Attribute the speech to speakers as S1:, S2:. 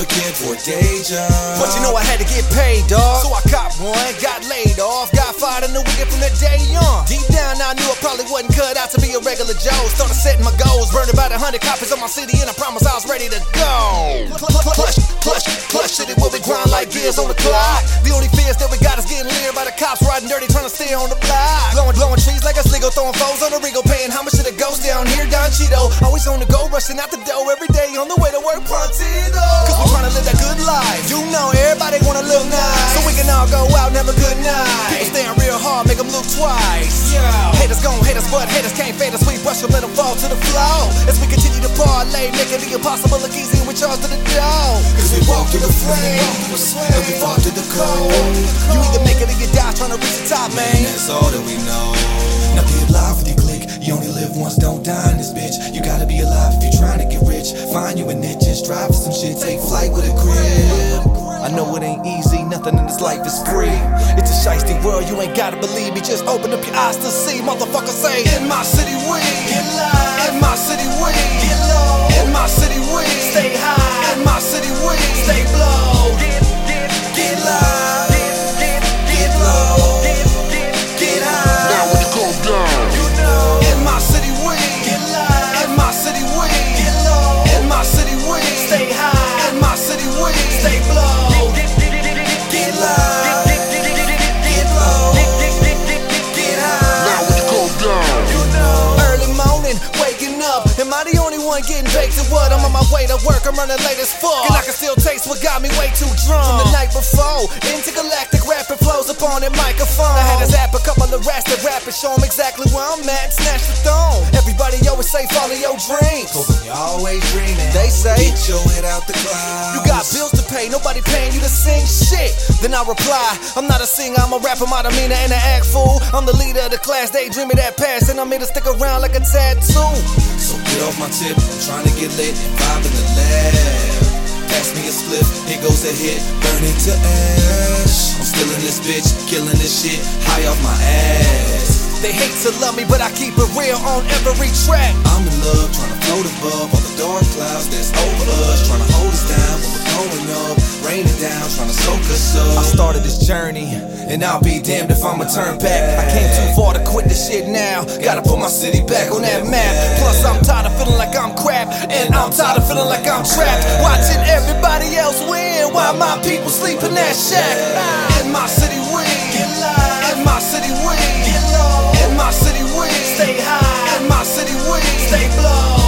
S1: it's day job.
S2: But you know I had to get paid, dog. So I cop one, got laid off, got fired in the weekend from that day on. Deep down, I knew I probably wasn't cut out to be a regular Joe. Started setting my goals, burned about a hundred copies on my city, and I promised I was ready to go. Plush, plush, plush, city where we grind like gears on the clock. The only fears that we got is getting leered by the cops, riding dirty, trying to stay on the block. Blowing, blowing trees like a sligo, throwing foes on the regal, paying how much to the ghost down here, Don Cheeto. Always on the go, rushing out the door every day on the way to work, Prontito. Cause we're trying to live that good life. You know, everybody wanna look nice. So we can all go out and have a good night. People staying real hard, make them look twice. Haters gon' hate us, but haters can't fade us. We brush them, let them fall to the floor. As we continue to parlay, making the impossible look easy, and we charge to the door. Cause we walk through the flames, and we fall through the cold. You either make it or you die trying to reach the top, man.
S1: That's all that we know. Now be alive with your click. You only live once, don't die in this bitch. You gotta be alive if you're trying to get rich. Find you a niche, just drive for some shit. Take flight with a crib.
S2: I know it ain't easy, nothing in this life is free. It's a shiesty world, you ain't gotta believe me. Just open up your eyes to see. Motherfucker say, In my city, we get live. In my city, we get low. In my city, we stay high. In my city, we stay low. Get, get, get live. Get, get, get low. Get, get, get high. Now when you come down, you know. In my city, we get live. In my city, we get low. In my city, we stay high. In my city, we stay low. Get live. Get low. Get high. Now when you come down, you know. Early morning, waking up. Am I the only one getting baked or what? I'm on my way to work, I'm running late as fuck. And I can still taste what got me way too drunk. From the night before, intergalactic rapping flows upon that microphone. I had a zap, a couple of rats that rap and show 'em exactly where I'm at. Snatch the throne. Everybody always say, follow your dreams.
S1: Cause you always dreaming.
S2: They say,
S1: Get your head out the clouds.
S2: you got bills to pay, nobody paying you to sing shit. Then I reply, I'm not a singer, I'm a rapper, my demeanor and an act fool. I'm the leader of the class, they dreaming that past, and I'm here to stick around like a tattoo.
S1: So get off my tip. I'm trying to get lit and vibe in the lab. Pass me a spliff. Here goes a hit. Burning to ash. I'm still in this bitch. Killing this shit. High off my ass.
S2: They hate to love me, but I keep it real on every track.
S1: I'm in love, trying to float above all the dark clouds that's over us. Trying to hold us down when we're going up, raining down, trying to soak us up.
S2: I started this journey, and I'll be damned if I'ma turn back. I came too far to quit this shit now. Gotta put my city back on that map. Plus, I'm tired of feeling like I'm crap, and I'm tired of feeling like I'm trapped. Watching everybody else win while my people sleep in that shack. In my city, we get live. In my city, we get low. In my city, we stay high. In my city, we stay low.